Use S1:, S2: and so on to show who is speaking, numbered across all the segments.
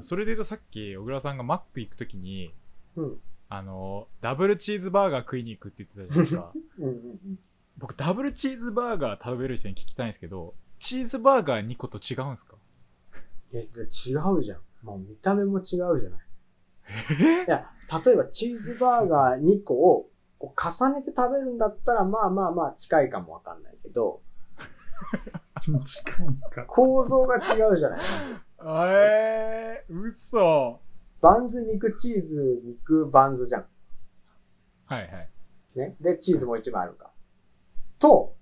S1: それで言うとさっき小倉さんがマック行くときに
S2: うん。
S1: あのダブルチーズバーガー食いに行くって言ってたじゃないですか
S2: うんうん
S1: 僕ダブルチーズバーガー食べる人に聞きたいんですけどチーズバーガー2個と違うんですか
S2: うん。え、じゃあ違うじゃん。もう見た目も違うじゃない。
S1: え
S2: いや、例えばチーズバーガー2個をこう重ねて食べるんだったら、まあまあまあ近いかもわかんないけど、
S3: 近いか。
S2: 構造が違うじゃない。
S1: えー、嘘
S2: バンズ、肉、チーズ、肉、バンズじゃん。
S1: はいはい
S2: ね。で、チーズもう一枚あるか。と、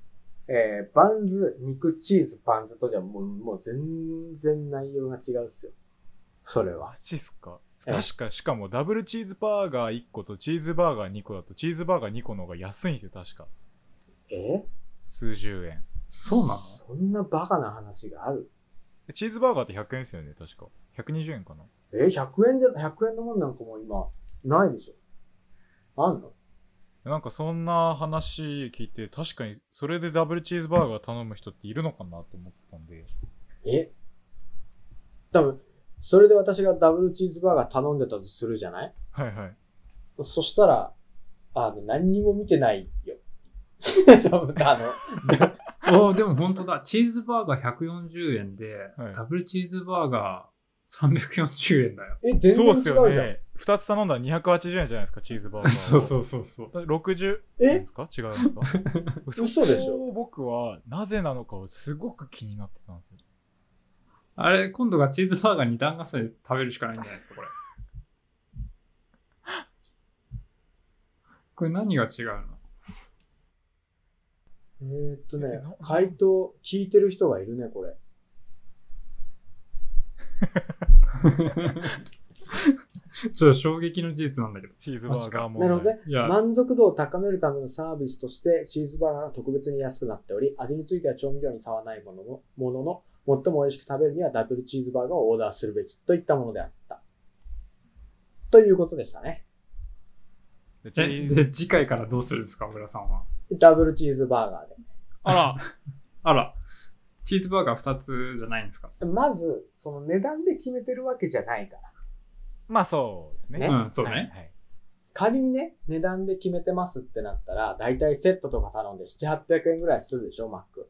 S2: えー、バンズ、肉、チーズ、バンズとじゃもう、もう全然内容が違うっすよ。それは
S1: マ。ジっすか
S2: ええ
S1: 確かしかもダブルチーズバーガー1個とチーズバーガー2個だとチーズバーガー2個の方が安いんですよ確か
S2: え
S1: 数十円
S3: そうなの
S2: そんなバカな話がある
S1: でチーズバーガーって100円ですよね確か120円かな
S2: え、100円じゃ、100円のもんなんかもう今、ないでしょ。あんの
S1: なんかそんな話聞いて確かにそれでダブルチーズバーガー頼む人っているのかなと思ってたんで
S2: え多分、それで私がダブルチーズバーガー頼んでたとするじゃない
S1: はいはい
S2: そしたら、あの、何にも見てないよ。 多分、あの、だ
S3: あ あ、でも本当だ。チーズバーガー140円で、
S1: はい
S3: ダブルチーズバーガー340円だよ。
S2: え、全然
S1: そう
S2: 違
S1: っ
S2: う
S1: す
S2: じゃ
S1: よ
S2: ん。
S1: ね2つ頼んだら280円じゃないですかチーズバーガー
S3: そうそうそうそう。
S1: う60円
S2: え
S1: ですか違うんですか
S2: 嘘でしょ
S1: そこを僕はなぜなのかをすごく気になってたんですよ
S3: あれ、今度がチーズバーガー2段重ねで食べるしかないんじゃないです か、これ。これ何が違うの
S2: えーっとね
S1: えな、
S2: 回答聞いてる人がいるね、これ。
S3: ちょっと衝撃の事実なんだけど。
S1: チーズバーガーも
S2: なるほどね。
S3: いや、
S2: 満足度を高めるためのサービスとして、チーズバーガーが特別に安くなっており、味については調味料に差はないものの、ものの、最も美味しく食べるにはダブルチーズバーガーをオーダーするべきといったものであった。ということでしたね。
S1: でチ
S3: え
S1: ーズ
S3: で、次回からどうするんですか、小倉さんは。
S2: ダブルチーズバーガーで。
S1: あら
S3: あら、チーズバーガー2つじゃないんです か
S2: まず、その値段で決めてるわけじゃないから。
S1: まあそうですね
S2: ね
S3: うん、そうだ
S1: はい
S3: ね。
S1: はい
S2: 仮にね、値段で決めてますってなったら、だいたいセットとか頼んで7、800円ぐらいするでしょ、マック。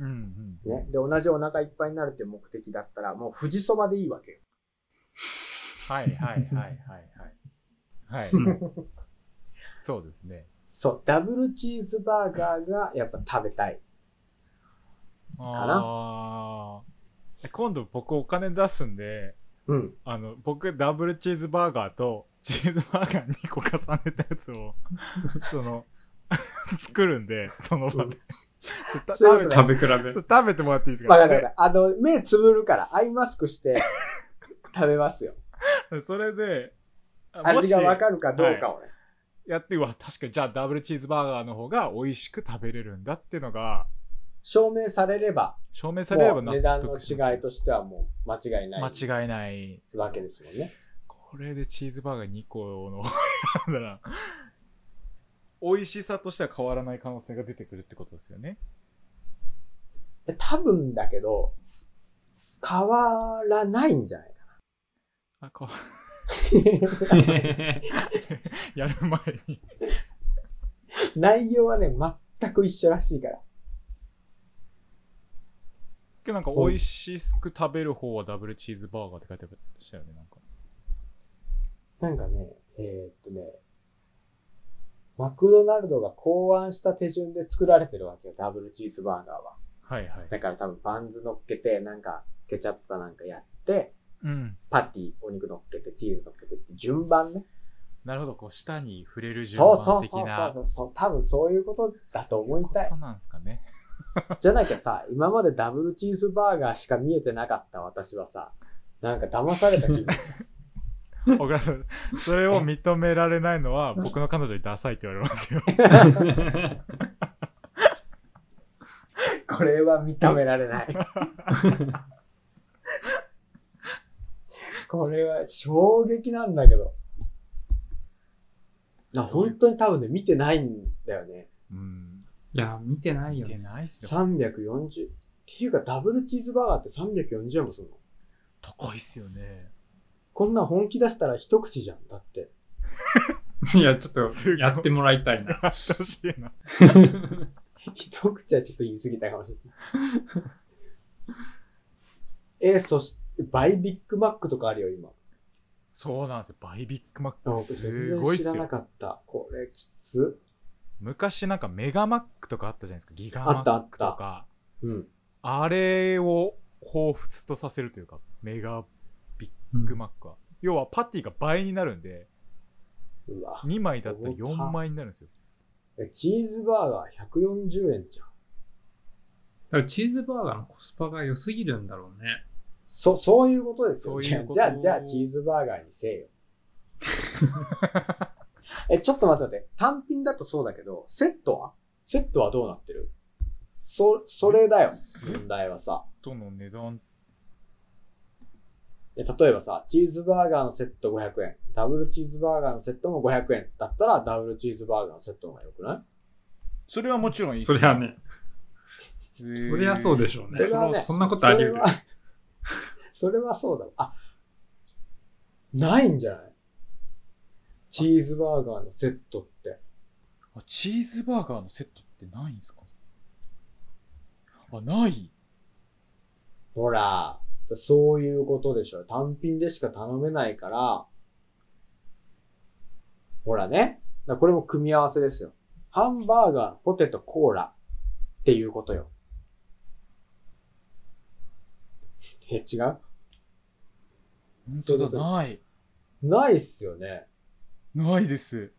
S1: うんうん
S2: ね。で、同じお腹いっぱいになるって目的だったら、もう富士そばでいいわけよ。
S1: はいはいはいはいはい。はい。
S3: うん
S1: そうですね。
S2: そう、ダブルチーズバーガーがやっぱ食べたい。な
S1: あー今度僕お金出すんで、
S2: うん。
S1: あの、僕ダブルチーズバーガーとチーズバーガー2個重ねたやつを、その、 作るんで、その場で。た
S2: そ う
S1: 食
S2: いう
S1: べて
S2: こ
S3: 食べ比 べ。
S1: 食べてもらっていいです
S2: わ
S1: か
S2: かるわかる。あの、目つぶるから、アイマスクして 食べますよ。
S1: でそれで、あも
S2: 味
S1: し
S2: がわかるかどうかをね。
S1: やって、うわ、確かにじゃあダブルチーズバーガーの方が美味しく食べれるんだっていうのが、
S2: 証明されれば、
S1: 証明されれ
S2: も
S1: ば
S2: う値段
S1: 納
S2: の
S1: 得します
S2: 違いとしてはもう間違いない
S1: 間違いない。
S2: わけですもんね。
S1: これでチーズバーガー2個の 選んだら美味しさとしては変わらない可能性が出てくるってことですよね
S2: で多分だけど、変わらないんじゃないか
S1: あか
S2: な。
S1: やる前に
S2: 内容はね、全く一緒らしいから。
S1: 今日なんか美味しく食べる方はダブルチーズバーガーって書いてありましたよねなんか
S2: なんかね、えーっとね、マクドナルドが考案した手順で作られてるわけよ、ダブルチーズバーガーは。
S1: はいはい
S2: だから多分バンズ乗っけて、なんかケチャップかなんかやって、
S1: うん
S2: パティ、お肉乗っけて、チーズ乗っけてって順番ね。
S1: なるほどこう舌に触れる順
S2: そう
S1: 番
S2: そう
S1: 的
S2: そう
S1: な
S2: そうそう、多分そういうことだと思いたい
S1: こ。となんですかね
S2: じゃなきゃさ、今までダブルチーズバーガーしか見えてなかった私はさ、なんか騙された気分。
S1: 小倉 さんそれを認められないのは僕の彼女にダサいって言われますよ
S2: これは認められない。これは衝撃なんだけど。な
S1: そういう
S2: 本当に多分ね、見てないんだよね。
S1: うん
S3: いや、見てない
S1: い
S3: よ
S1: け
S3: ね。
S1: ないっすよ
S2: 340。っていうか、ダブルチーズバーガーって340円もするの
S1: 高いっすよね
S2: こんなん本気出したら一口じゃん。だって。
S3: いや、ちょっ
S1: すご
S3: と
S1: い
S3: やってもらいたいな。
S1: 楽しいな。
S2: 一口はちょっと言い過ぎたかもしれない。えー、そして、倍ビッグマックとかあるよ、今。
S1: そうなんですよ。バイビッグマッ
S2: あ
S1: ク。
S2: 僕
S1: す
S2: 全
S1: ごい
S2: 然
S1: っ
S2: 知
S1: す
S2: らな
S1: よ。
S2: かった。これ、きつ。
S1: 昔なんかメガマックとかあったじゃないですか。ギガ
S2: あ
S1: マ
S2: ったあ
S1: ッ
S2: っ
S1: ク
S2: た
S1: とか。
S2: うん。
S1: あれを彷彿とさせるというか、メガビッグマックは。要はパティが倍になるんで、
S2: うわ。
S1: 2枚だったら4枚になるんですよ。
S2: えチーズバーガー140円じゃん。
S3: だからチーズバーガーのコスパが良すぎるんだろうね。
S2: そ、そういうことです
S1: そ
S2: よ。
S1: う
S2: じ
S1: いう
S2: ゃあ、
S1: こと
S2: じゃあ、じゃあチーズバーガーにせ えよ。え、ちょっと待って待って。単品だとそうだけど、セットはセットはどうなってるそ、それだよ
S1: セ。ット
S2: 問題はさ。
S1: との値段、
S2: え例えばさ、チーズバーガーのセット500円、ダブルチーズバーガーのセットも500円だったら、ダブルチーズバーガーのセットの方が良くない
S1: それはもちろんいいです
S3: そりゃね、
S1: そ
S3: そりゃそうでしょうね。
S2: それはね
S3: そんなことあり
S2: そ
S3: 得
S2: れ
S3: る
S2: は。、それは そうだわ。あ、ないんじゃないチーズバーガーのセットって。
S1: あチーズバーガーのセットってないんですかあ、ない
S2: ほら、そういうことでしょ。単品でしか頼めないから、ほらね。だからこれも組み合わせですよ。ハンバーガー、ポテト、コーラっていうことよ。え、違う
S1: 本
S2: そういう
S1: 当
S2: こと
S1: だ、
S2: です
S1: ない。
S2: ないっすよね。
S1: ないです。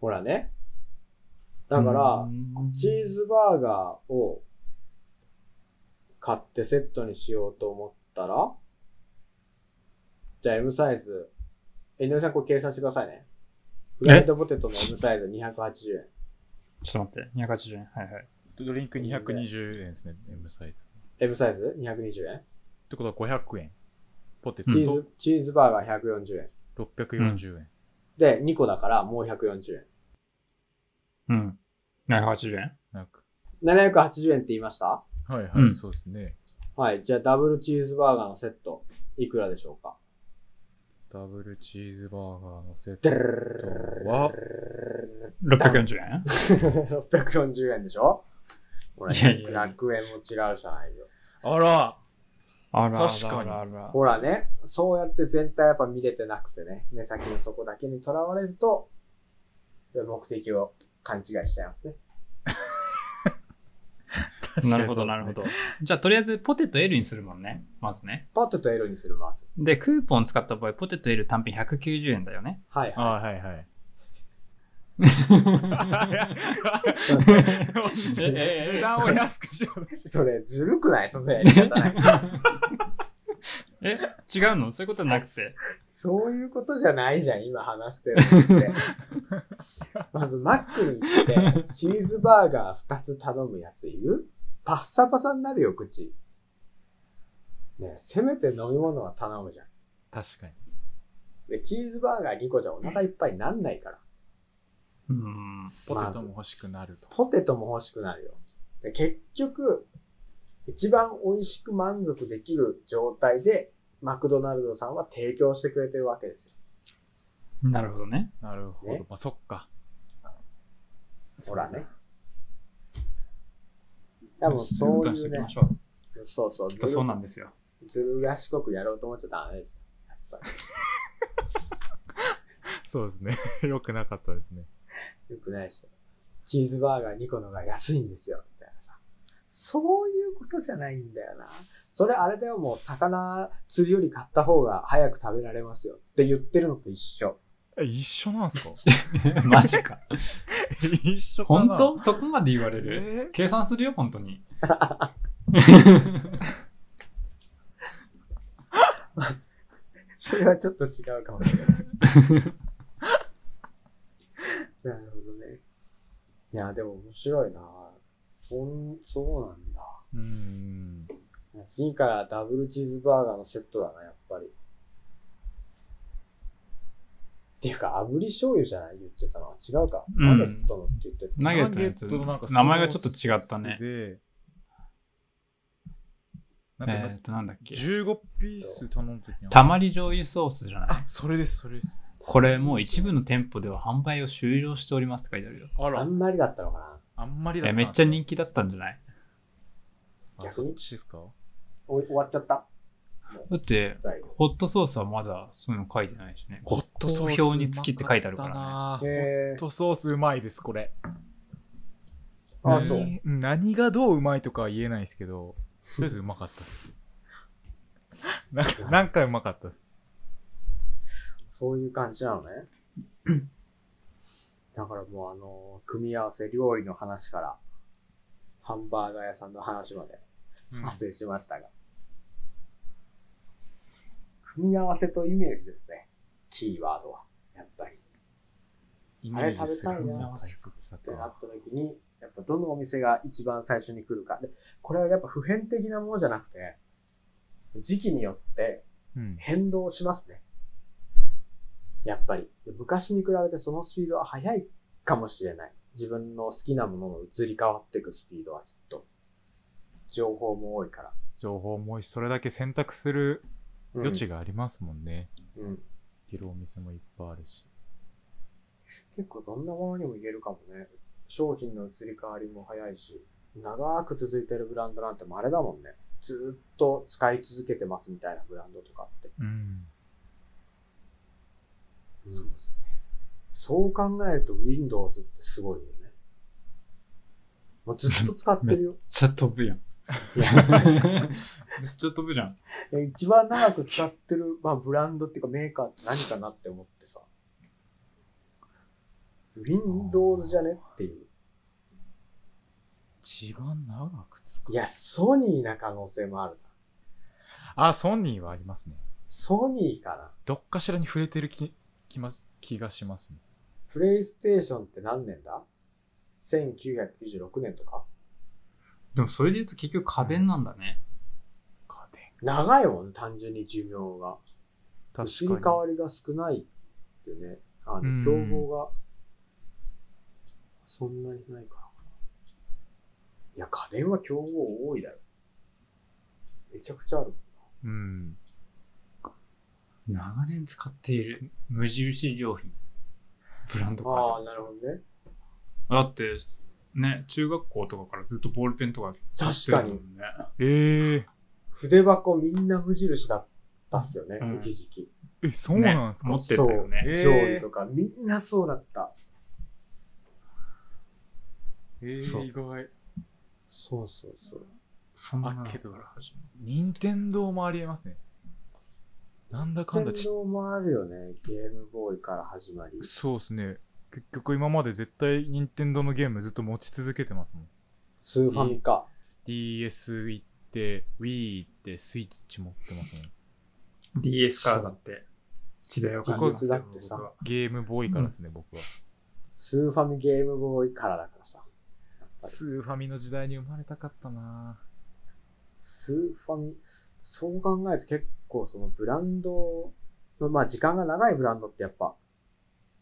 S2: ほらね。だから、
S3: うん
S2: チーズバーガーを買ってセットにしようと思ったら、じゃあ M サイズ、え、井上さんこれ計算してくださいね。フライドポテトの M サイズ280円。
S3: ちょっと待って、280円。はいはい。
S1: ドリンク220円ですね、M サイズ。っ
S2: M サイズ220円。
S1: てことは500円。ポテ
S3: うん
S2: チー
S1: ト
S2: ズ、チーズバーガー140円。
S1: 640円。
S2: で、2個だからもう140円。
S3: うん。780円
S1: なんか
S2: 780円って言いました
S1: はいはい、
S3: うん
S1: そうですね。
S2: はい。じゃあダブルチーズバーガーのセット、いくらでしょうか
S1: ダブルチーズバーガーのセッ
S2: で
S1: ト
S2: る
S1: は、
S3: ?640 円
S2: 640円でしょほら、
S3: いやいやいや
S2: 100円も違うじゃないよ。
S1: あら
S3: あ
S1: ら確かにあ
S3: に。
S2: ほらね、そうやって全体やっぱ見れてなくてね、目先のそこだけにとらわれると、目的を勘違いしちゃいますね。
S3: なるほど、なるほ。ど。じゃあ、とりあえずポテト L にするもんね。まずね。
S2: パットと L にするまず。
S3: で、クーポン使った場合、ポテト L 単品190円だよね。
S2: はい
S1: あ
S2: は
S1: はいはい。
S3: え
S1: 値段を安くしようと
S2: い。
S1: して
S2: それずるくないそのやり方ない。
S3: え、違うのそういうことなくて。
S2: そういうことじゃないじゃん、今話してるのって。まず、マックに行って、チーズバーガー2つ頼むやついるパッサパサになるよ、口。ねえせめて飲み物は頼むじゃん。
S1: 確かに。
S2: で、チーズバーガー2個じゃお腹いっぱいになんないから。
S3: うん。
S1: ポ
S2: ま
S1: テ
S2: ず
S1: トも欲しくなると。
S2: ポテトも欲しくなるよ。で結局、一番美味しく満足できる状態で、マクドナルドさんは提供してくれてるわけです
S3: なるほどね。
S1: なるほど。
S2: ね
S1: まあ、そっか。
S2: よ。ほらね。多分そういうね、
S3: ょう。
S2: そうそう、
S3: きっ
S2: ず
S3: と
S2: る
S3: そうなんですよ。
S2: ずる賢くやろうと思っちゃダメです。やっぱ
S1: そうですね。 良くなかったですね。
S2: よくないでしょ。チーズバーガー2個のが安いんですよ、みたいなさ。そういうことじゃないんだよな。それあれだよ、もう魚釣りより買った方が早く食べられますよって言ってるのと一緒。
S1: え、一緒なんすか
S3: マジか。
S1: 一緒か
S3: 本
S1: な
S3: 当そこまで言われる
S1: え
S3: 計算するよ、本当に。
S2: それはちょっと違うかもし れない。なるほどね。いや、でも面白いな。そん、そうなんだ。
S1: ー、うーん。
S2: 次からダブルチーズバーガーのセットだな、やっぱり。っていうか、炙り醤油じゃない言ってたのは違うか。
S3: うん
S2: ナゲットのって言ってた。
S3: ナゲットのやつ名前がちょっと違ったね。
S1: ね。なんか
S3: えっと、なんだっけ。
S1: 15ピース頼んだ時に
S3: たまり醤油ソースじゃない
S1: あそれですそれです
S3: これもう一部の店舗では販売を終了しておりますって書いてあるよ。
S1: あ
S2: あ
S1: ら
S2: んまりだったのかな
S1: あんまり
S3: い
S1: だ
S3: や、
S1: た
S3: めっちゃ人気だったんじゃない
S1: あそっちですか
S2: お終わっちゃった
S3: だって、
S2: 材料。
S3: ホットソースはまだそういうの書いてないしね。
S1: ホッ
S3: トソース投票につきって書いてあるからね。
S1: ホ
S2: え
S1: ットソースうまいですこれ
S2: ー、あ、そう。
S1: 何何がどううまいとかは言えないですけどとりあえずうまかったっ すなんかなんかうまかったっす
S2: そういう感じなのね。 だからもうあの、組み合わせ料理の話から、ハンバーガー屋さんの話まで発生しましたが。組み合わせとイメージですね。キーワードは。やっぱり。
S1: イ
S2: あれ
S1: メ
S2: 食べたい
S1: ージする
S2: な
S1: な大福さ
S2: って
S1: と
S2: な
S1: は
S2: った時に、やっぱどのお店が一番最初に来るか。で、これはやっぱ普遍的なものじゃなくて、時期によって
S1: うん
S2: 変動しますね。やっぱり。で昔に比べてそのスピードは速いかもしれない。自分の好きなものの移り変わっていくスピードはきっと。情報も多いから。
S1: 情報も多いしそれだけ選択する
S2: うん
S1: 余地がありますもんね
S2: うん。
S1: いるお店もいっぱいあるし
S2: 結構どんなものにも言えるかもね。商品の移り変わりも早いし、長く続いてるブランドなんてもうあれだもんね。ずーっと使い続けてますみたいなブランドとかって。
S1: うん
S2: そうですね。そう考えると Windows ってすごいよね。もうずっと使って るよ
S3: ちょっと飛ぶやん。
S2: いや
S3: めっちゃ飛ぶじゃん。
S2: え一番長く使ってる、まあ、ブランドっていうかメーカーって何かなって思ってさ。Windows じゃねっていう。
S1: 一番長くつ
S2: いや、ソニーな可能性もあるな。
S1: あソニーはありますね
S2: ソニーかな。
S1: どっかしらに触れてる気気,、ま、気がしますね
S2: プレイステーションって何年だ ?1996 年とか
S3: でもそれで言うと結局家電なんだね。
S1: 家電
S2: 長いもんね、単純に寿命が。移り
S1: 確
S2: 変
S1: か
S2: わりが少ないってね、あ
S1: う
S2: の、
S1: ん
S2: 競合が、そんなにないからかな。いや、家電は競合多いだろ。めちゃくちゃある。
S1: にうん
S3: 長年使っている無印良品。ブランド
S2: ああ、
S3: か
S2: なるほどね。
S3: ら。だって、ね、中学校とかからずっとボールペンとか
S2: 確かに
S3: 使ってるもんね。
S1: ええ
S2: 筆箱みんな無印だったっすよね、
S3: うん
S2: 一時期。
S1: えそうなんですか、
S3: ね持ってたよね。
S1: えー
S2: 上位とか、みんなそうだった。
S1: ええ
S3: そう
S1: 意外
S2: そうそうそう。
S3: そんなの
S1: あけど
S3: から始まる
S1: 任天堂もありえますねなんだかんだち
S2: 電動もあるよね、ゲームボーイから始まり。
S1: そうですね結局今まで絶対任天堂のゲームずっと持ち続けてますもん
S2: スーファミか。
S1: DS 行って Wii 行ってスイッチ持ってますもん
S3: DS からだって、時代を感じます
S2: 技術
S3: よ
S2: だってさ
S3: 僕は
S1: ゲームボーイからですね、僕は
S2: スーファミゲームボーイからだからさ。やっぱり
S1: スーファミの時代に生まれたかったな
S2: スーファミ、そう考えると結構そのブランドの、まあ時間が長いブランドってやっぱ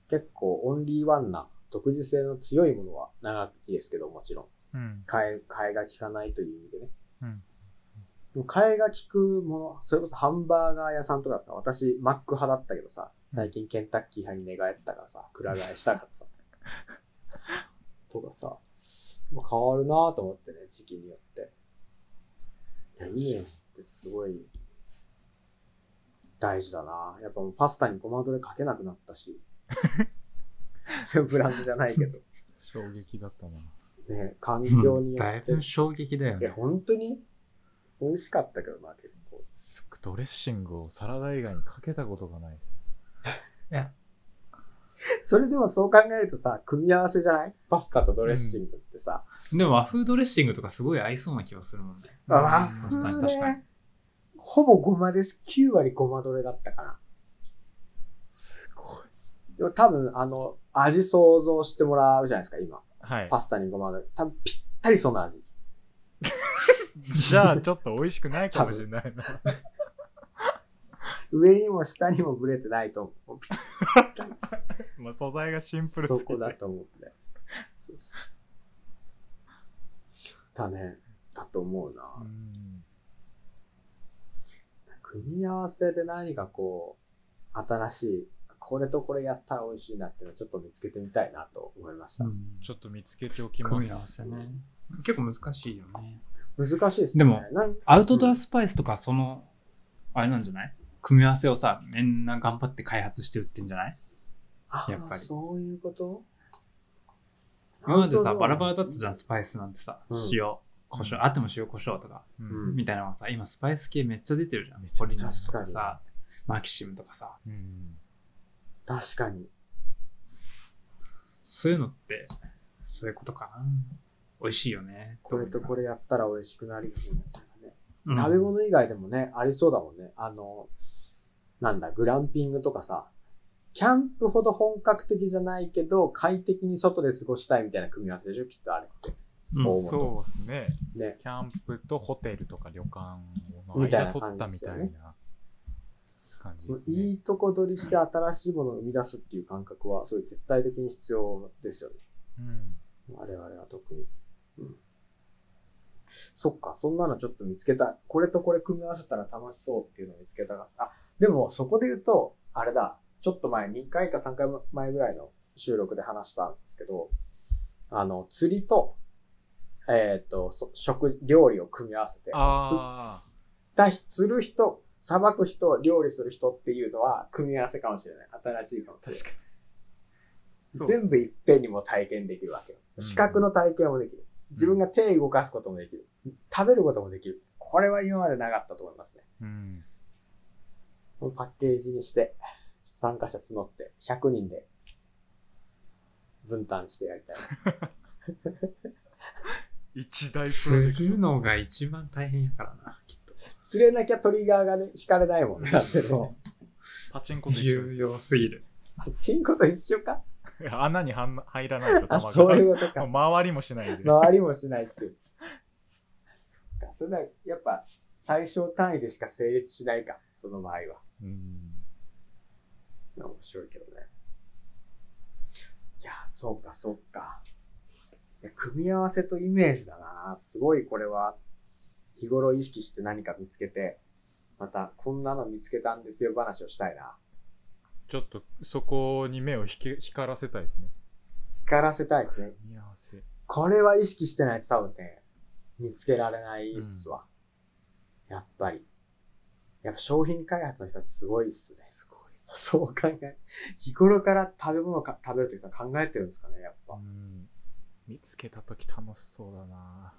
S2: 結構オンリーワンな独自性の強いものは長いですけどもちろん。
S1: うん
S2: 替え、替えが効かないという意味でね。
S1: うん
S2: でも替えが効くもの、それこそハンバーガー屋さんとかさ、私マック派だったけどさ、最近ケンタッキー派に寝返ったからさ、くら替えしたからさ。とかさ、まあ、変わるなぁと思ってね、時期によって。いや、イメージってすごい大事だなぁやっぱもうパスタにごまドレかけなくなったし。そういうブランドじゃないけど。
S1: 衝撃だったな
S2: ね、環境によ
S3: だい
S2: って
S3: ぶ衝撃だよ
S2: いや、
S3: ね。
S2: 本当に美味しかったけどな、結構。
S1: ドレッシングをサラダ以外にかけたことがないです
S2: それでもそう考えるとさ、組み合わせじゃないパスタとドレッシングってさ。
S3: でも和風ドレッシングとかすごい合いそうな気がするもんね。
S1: うん
S2: あ和
S3: 確
S2: 風
S3: かに確か
S2: ね。ほぼごまです。9割ごまどれだったかな。
S1: すごい
S2: でも多分、あの、味想像してもらうじゃないですか、今。
S1: はい
S2: パスタにごまどれ。多分ぴったりその味。
S1: じゃあちょっと美味しくないかもしれないな
S2: 上にも下にもブレてないと思う。
S1: まあ素材がシンプルすぎ
S2: そ
S1: て
S2: こだと思うんで。そうそうそうだね。だと思うな。
S1: うん
S2: 組み合わせで何かこう、新しい、これとこれやったら美味しいなっていうのをちょっと見つけてみたいなと思いました。
S1: ちょっと見つけておきます。
S3: 組み合わせね。結構難しいよね。
S2: 難しいですね。
S3: でも
S2: なん、
S3: アウトドアスパイスとか、その、あれなんじゃない組み合わせをさ、みんな頑張って開発して売ってんじゃない
S2: あ
S3: やっぱり
S2: そういうこと
S3: 今までさ、バラバラだった
S2: ゃ
S3: じゃん、スパイスなんてさ、
S2: うん
S3: 塩、胡椒、あっても塩、胡椒とか、
S1: う
S2: うん
S1: ん。
S3: みたいなのがさ、今スパイス系めっちゃ出てるじゃん。
S1: めちゃ
S3: ポ
S1: め
S3: リ
S1: ち
S3: ナ
S1: ゃ
S3: スとか
S2: 確
S3: さ、マキシムとかさ、
S1: うん。
S2: 確かに。
S3: そういうのって、そういうことかな。美味しいよね。
S2: これとこれやったら美味しくなるよねみたいなね。
S3: うん、
S2: 食べ物以外でもね、ありそうだもんね。あの、なんだ、グランピングとかさ、キャンプほど本格的じゃないけど、快適に外で過ごしたいみたいな組み合わせでしょきっとあれって。
S3: うん
S2: そう思
S1: そうですね。
S2: うね。
S1: キャンプとホテルとか旅館の間取ったみたい
S2: み
S1: な感じ
S2: そ
S1: で
S2: の
S1: す
S2: い
S1: ね。
S2: いとこ取りして新しいものを生み出すっていう感覚は、それ絶対的に必要ですよね。
S1: うん。
S2: 我々は特に。うん。そっか、そんなのちょっと見つけたい。これとこれ組み合わせたら楽しそうっていうのを見つけたかった。あ、でもそこで言うと、あれだ、ちょっと前、2回か3回前ぐらいの収録で話したんですけど、あの、釣りと、えっ、と、そ食、料理を組み合わせて、釣っ
S1: ああ。
S2: た人、釣る人、さばく人、料理する人っていうのは組み合わせかもしれない。新しいかもしれない。
S1: 確かに。そう
S2: 全部いっぺんにもう体験できるわけよ。
S1: うん
S2: 視覚の体験もできる。自分が手動かすこともできる。食べることもできる。これは今までなかったと思いますね。
S1: うん。
S2: このパッケージにして、参加者募って、100人で分担してやり たい。
S1: 一大プロジ
S3: 釣
S1: ェク
S3: るのが一番大変やからな、きっと。
S2: 釣れなきゃトリガーがね、引かれないもんね。だってね
S3: そ。
S1: ト。パチンコと一緒
S3: 重
S1: で
S3: 要すぎる。
S2: チンコと一緒か
S1: す。穴にはん入らないと
S2: あ、
S1: 弾が。
S2: そういうことか。
S1: 回りもしないんで。
S2: 回りもしないっていう。そっか。それは、やっぱ、最小単位でしか成立しないか。その場合は。
S1: うん。
S2: 面白いけどね。いや、そうか、そうか。いや組み合わせとイメージだな。すごいこれは、日頃意識して何か見つけて、また、こんなの見つけたんですよ話をしたいな。
S1: ちょっとそこに目をひけ光らせたいですね。
S2: 光らせたいですね。
S1: 組み合わせ。
S2: これは意識してないと多分ね、見つけられないっすわ。やっぱり。やっぱ商品開発の人たちすごいっすね。
S1: すごいっす。
S2: そう考え、日頃から食べ物か食べるというか考えてるんですかね、やっぱ。
S1: うん。見つけたとき楽しそうだな。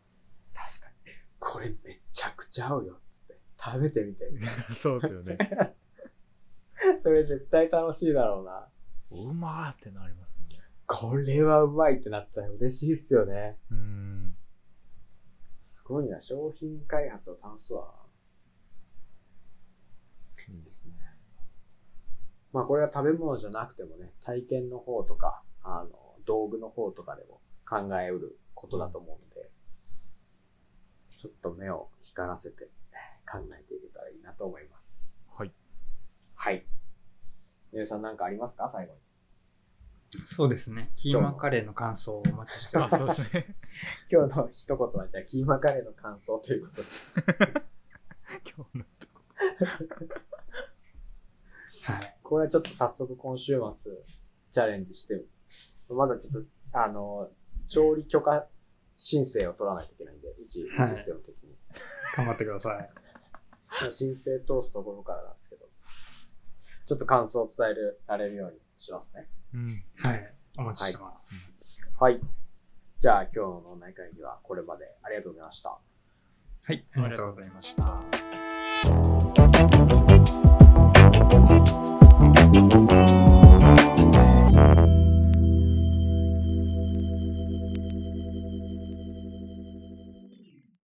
S2: 確かに。これめちゃくちゃ合うよ、つって。食べて みて。
S1: そうですよね。
S2: それ絶対楽しいだろうな。
S1: うまーってなりますもんね。
S2: これはうまいってなったら嬉しいっすよね。
S1: うん。
S2: すごいな、商品開発を楽しそうだな。いいですね。まあこれは食べ物じゃなくてもね、体験の方とか、あの、道具の方とかでも考えうることだと思うんで、ちょっと目を光らせて考えていけたらいいなと思います。
S1: はい。
S2: はい。皆さん何かありますか最後に。
S3: そうですね。キーマカレーの感想をお待ちしてま
S1: あ、
S3: す。
S1: そうですね。
S2: 今日の一言はじゃあ、キーマカレーの感想ということで。
S1: 今日のとこ。
S3: はい。
S2: これはちょっと早速今週末チャレンジして、まだちょっと、あの、調理許可申請を取らないといけないんで、うち
S3: はい
S2: システム的に。
S3: 頑張ってください。
S2: 申請通すところからなんですけど、ちょっと感想を伝えるられるようにしますね。
S1: うん。
S3: はい。お待ちしてます。
S2: はい。じゃあ今日の脳内会議はこれまでありがとうございました。
S3: はい。ありがとうございました。